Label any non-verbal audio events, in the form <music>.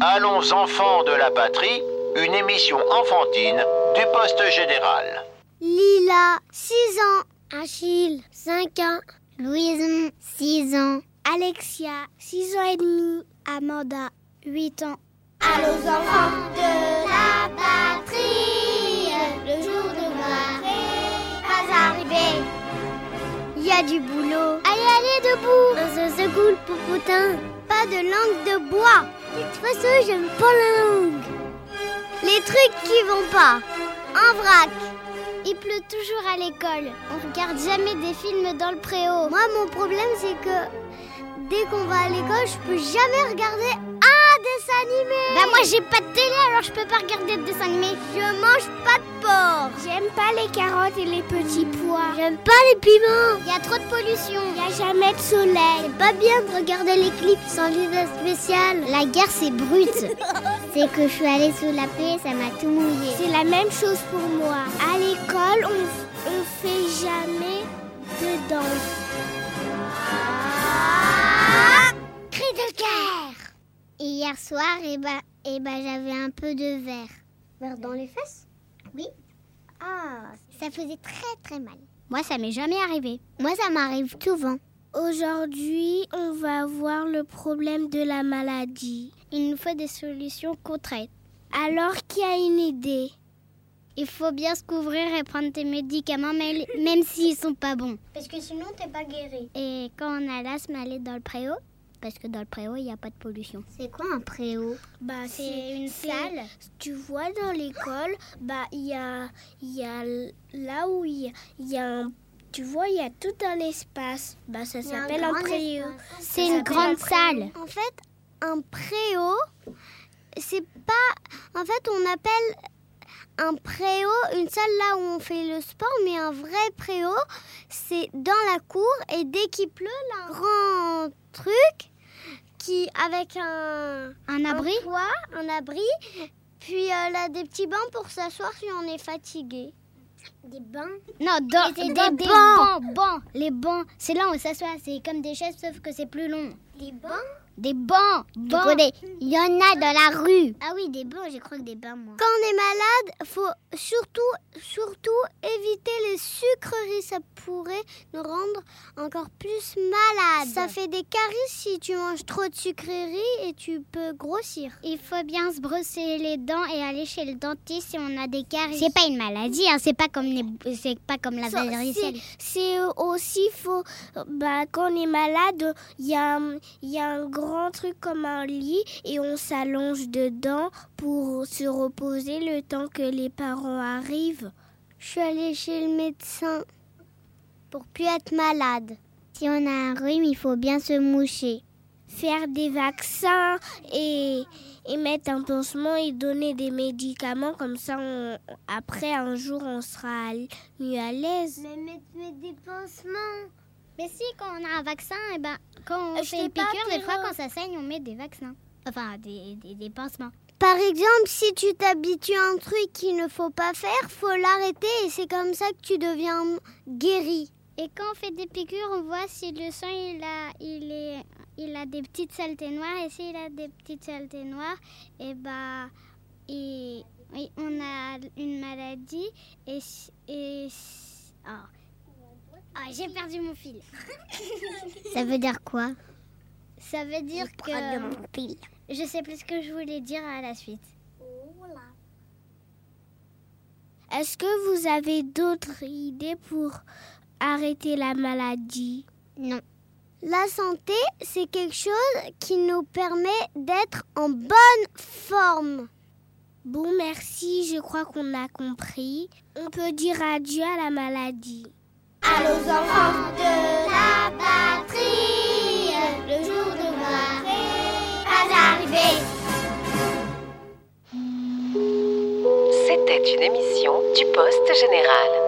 Allons enfants de la patrie, une émission enfantine du poste général. Lila, 6 ans. Achille, 5 ans. Louison, 6 ans. Alexia, 6 ans et demi. Amanda, 8 ans. Allons enfants de la patrie, le jour de gloire est pas arrivé. Il y a du boulot. Allez, allez, debout. On se secoue le popotin. Pas de langue de bois. De toute façon, j'aime pas la langue. Les trucs qui vont pas. En vrac. Il pleut toujours à l'école. On regarde jamais des films dans le préau. Moi, mon problème, c'est que dès qu'on va à l'école, je peux jamais regarder un dessin animé. Bah, moi, j'ai pas de télé, alors je peux pas regarder de dessin animé. Je mange pas de porc. J'aime pas les carottes et les petits pois. J'aime pas les piments. Il y a trop de pollution. Il y a jamais de soleil. C'est pas bien de regarder les clips sans lunettes spéciales. La guerre, c'est brut. <laughs> c'est que je suis allée sous la paix, ça m'a tout mouillé. C'est la même chose pour moi. À l'école, on, on fait jamais de danse. Ah, Cri de guerre Et hier soir, eh ben, eh ben, j'avais un peu de verre. Verre dans les fesses Oui, Ah, ça faisait très très mal. Moi, ça m'est jamais arrivé. Moi, ça m'arrive souvent. Aujourd'hui, on va voir le problème de la maladie. Il nous faut des solutions concrètes. Alors, qui a une idée Il faut bien se couvrir et prendre tes médicaments, mais- même s'ils sont pas bons. parce que sinon t'es pas guéri. Et quand on a l'asthme, aller dans le préau, parce que dans le préau, il n'y a pas de pollution. C'est quoi un préau Bah, C'est une salle. Tu vois, dans l'école, bah, il y a, il y a l- là où il y a, il y a un- tu vois, il y a tout un espace. Bah, ça y a un s'appelle un grand préau. C'est une grande salle. En fait, un préau, c'est pas. En fait, on appelle un préau une salle là où on fait le sport, mais un vrai préau, c'est dans la cour et dès qu'il pleut, là, un grand truc qui avec un un abri, un, toit, un abri, puis euh, là des petits bancs pour s'asseoir si on est fatigué. Des bains Non, dans, Mais c'est des, dans des des bancs, bancs, les bancs, c'est là où on s'assoit, c'est comme des chaises sauf que c'est plus long. Des bains Des bancs, bancs. il y en a dans la rue. Ah oui, des bancs, je crois que des bains, moi. Quand on est malade, faut surtout, surtout éviter les sucreries. Ça pourrait nous rendre encore plus malades. Ça fait des caries si tu manges trop de sucreries et tu peux grossir. Il faut bien se brosser les dents et aller chez le dentiste si on a des caries. C'est pas une maladie, hein, c'est pas comme les- c'est pas comme la Ça, varicelle. c'est- C'est aussi faux. Bah, quand on est malade, il y, a un- il y a un grand truc comme un lit et on s'allonge dedans pour se reposer le temps que les parents arrivent. Je suis allée chez le médecin pour plus être malade. Si on a un rhume, il faut bien se moucher. Faire des vaccins et, et mettre un pansement et donner des médicaments, comme ça, on- après un jour, on sera à l- mieux à l'aise. Mais mettre des pansements. Mais si, quand on a un vaccin, et ben, quand Euh, on Je fait t'ai une pas piqûre, des appris, fois, Rose. quand ça saigne, on met des vaccins. Enfin, des, des, des pansements. Par exemple, si tu t'habitues à un truc qu'il ne faut pas faire, faut l'arrêter et c'est comme ça que tu deviens guéri. Et quand on fait des piqûres, on voit si le sang, il a, il est, il a des petites saletés noires. Et s'il a des petites saletés noires, et ben, et, et on a une maladie. Et... si- et si- oh. Ah, j'ai perdu mon fil. Ça veut dire quoi Ça veut dire que... Je sais plus ce que je voulais dire à la suite. Oh, Est-ce que vous avez d'autres idées pour arrêter la maladie Non. La santé, c'est quelque chose qui nous permet d'être en bonne forme. Bon, merci, je crois qu'on a compris. On peut dire adieu à la maladie. Allons enfants de La patrie, le jour de gloire est pas arrivé. C'était une émission du Poste Général.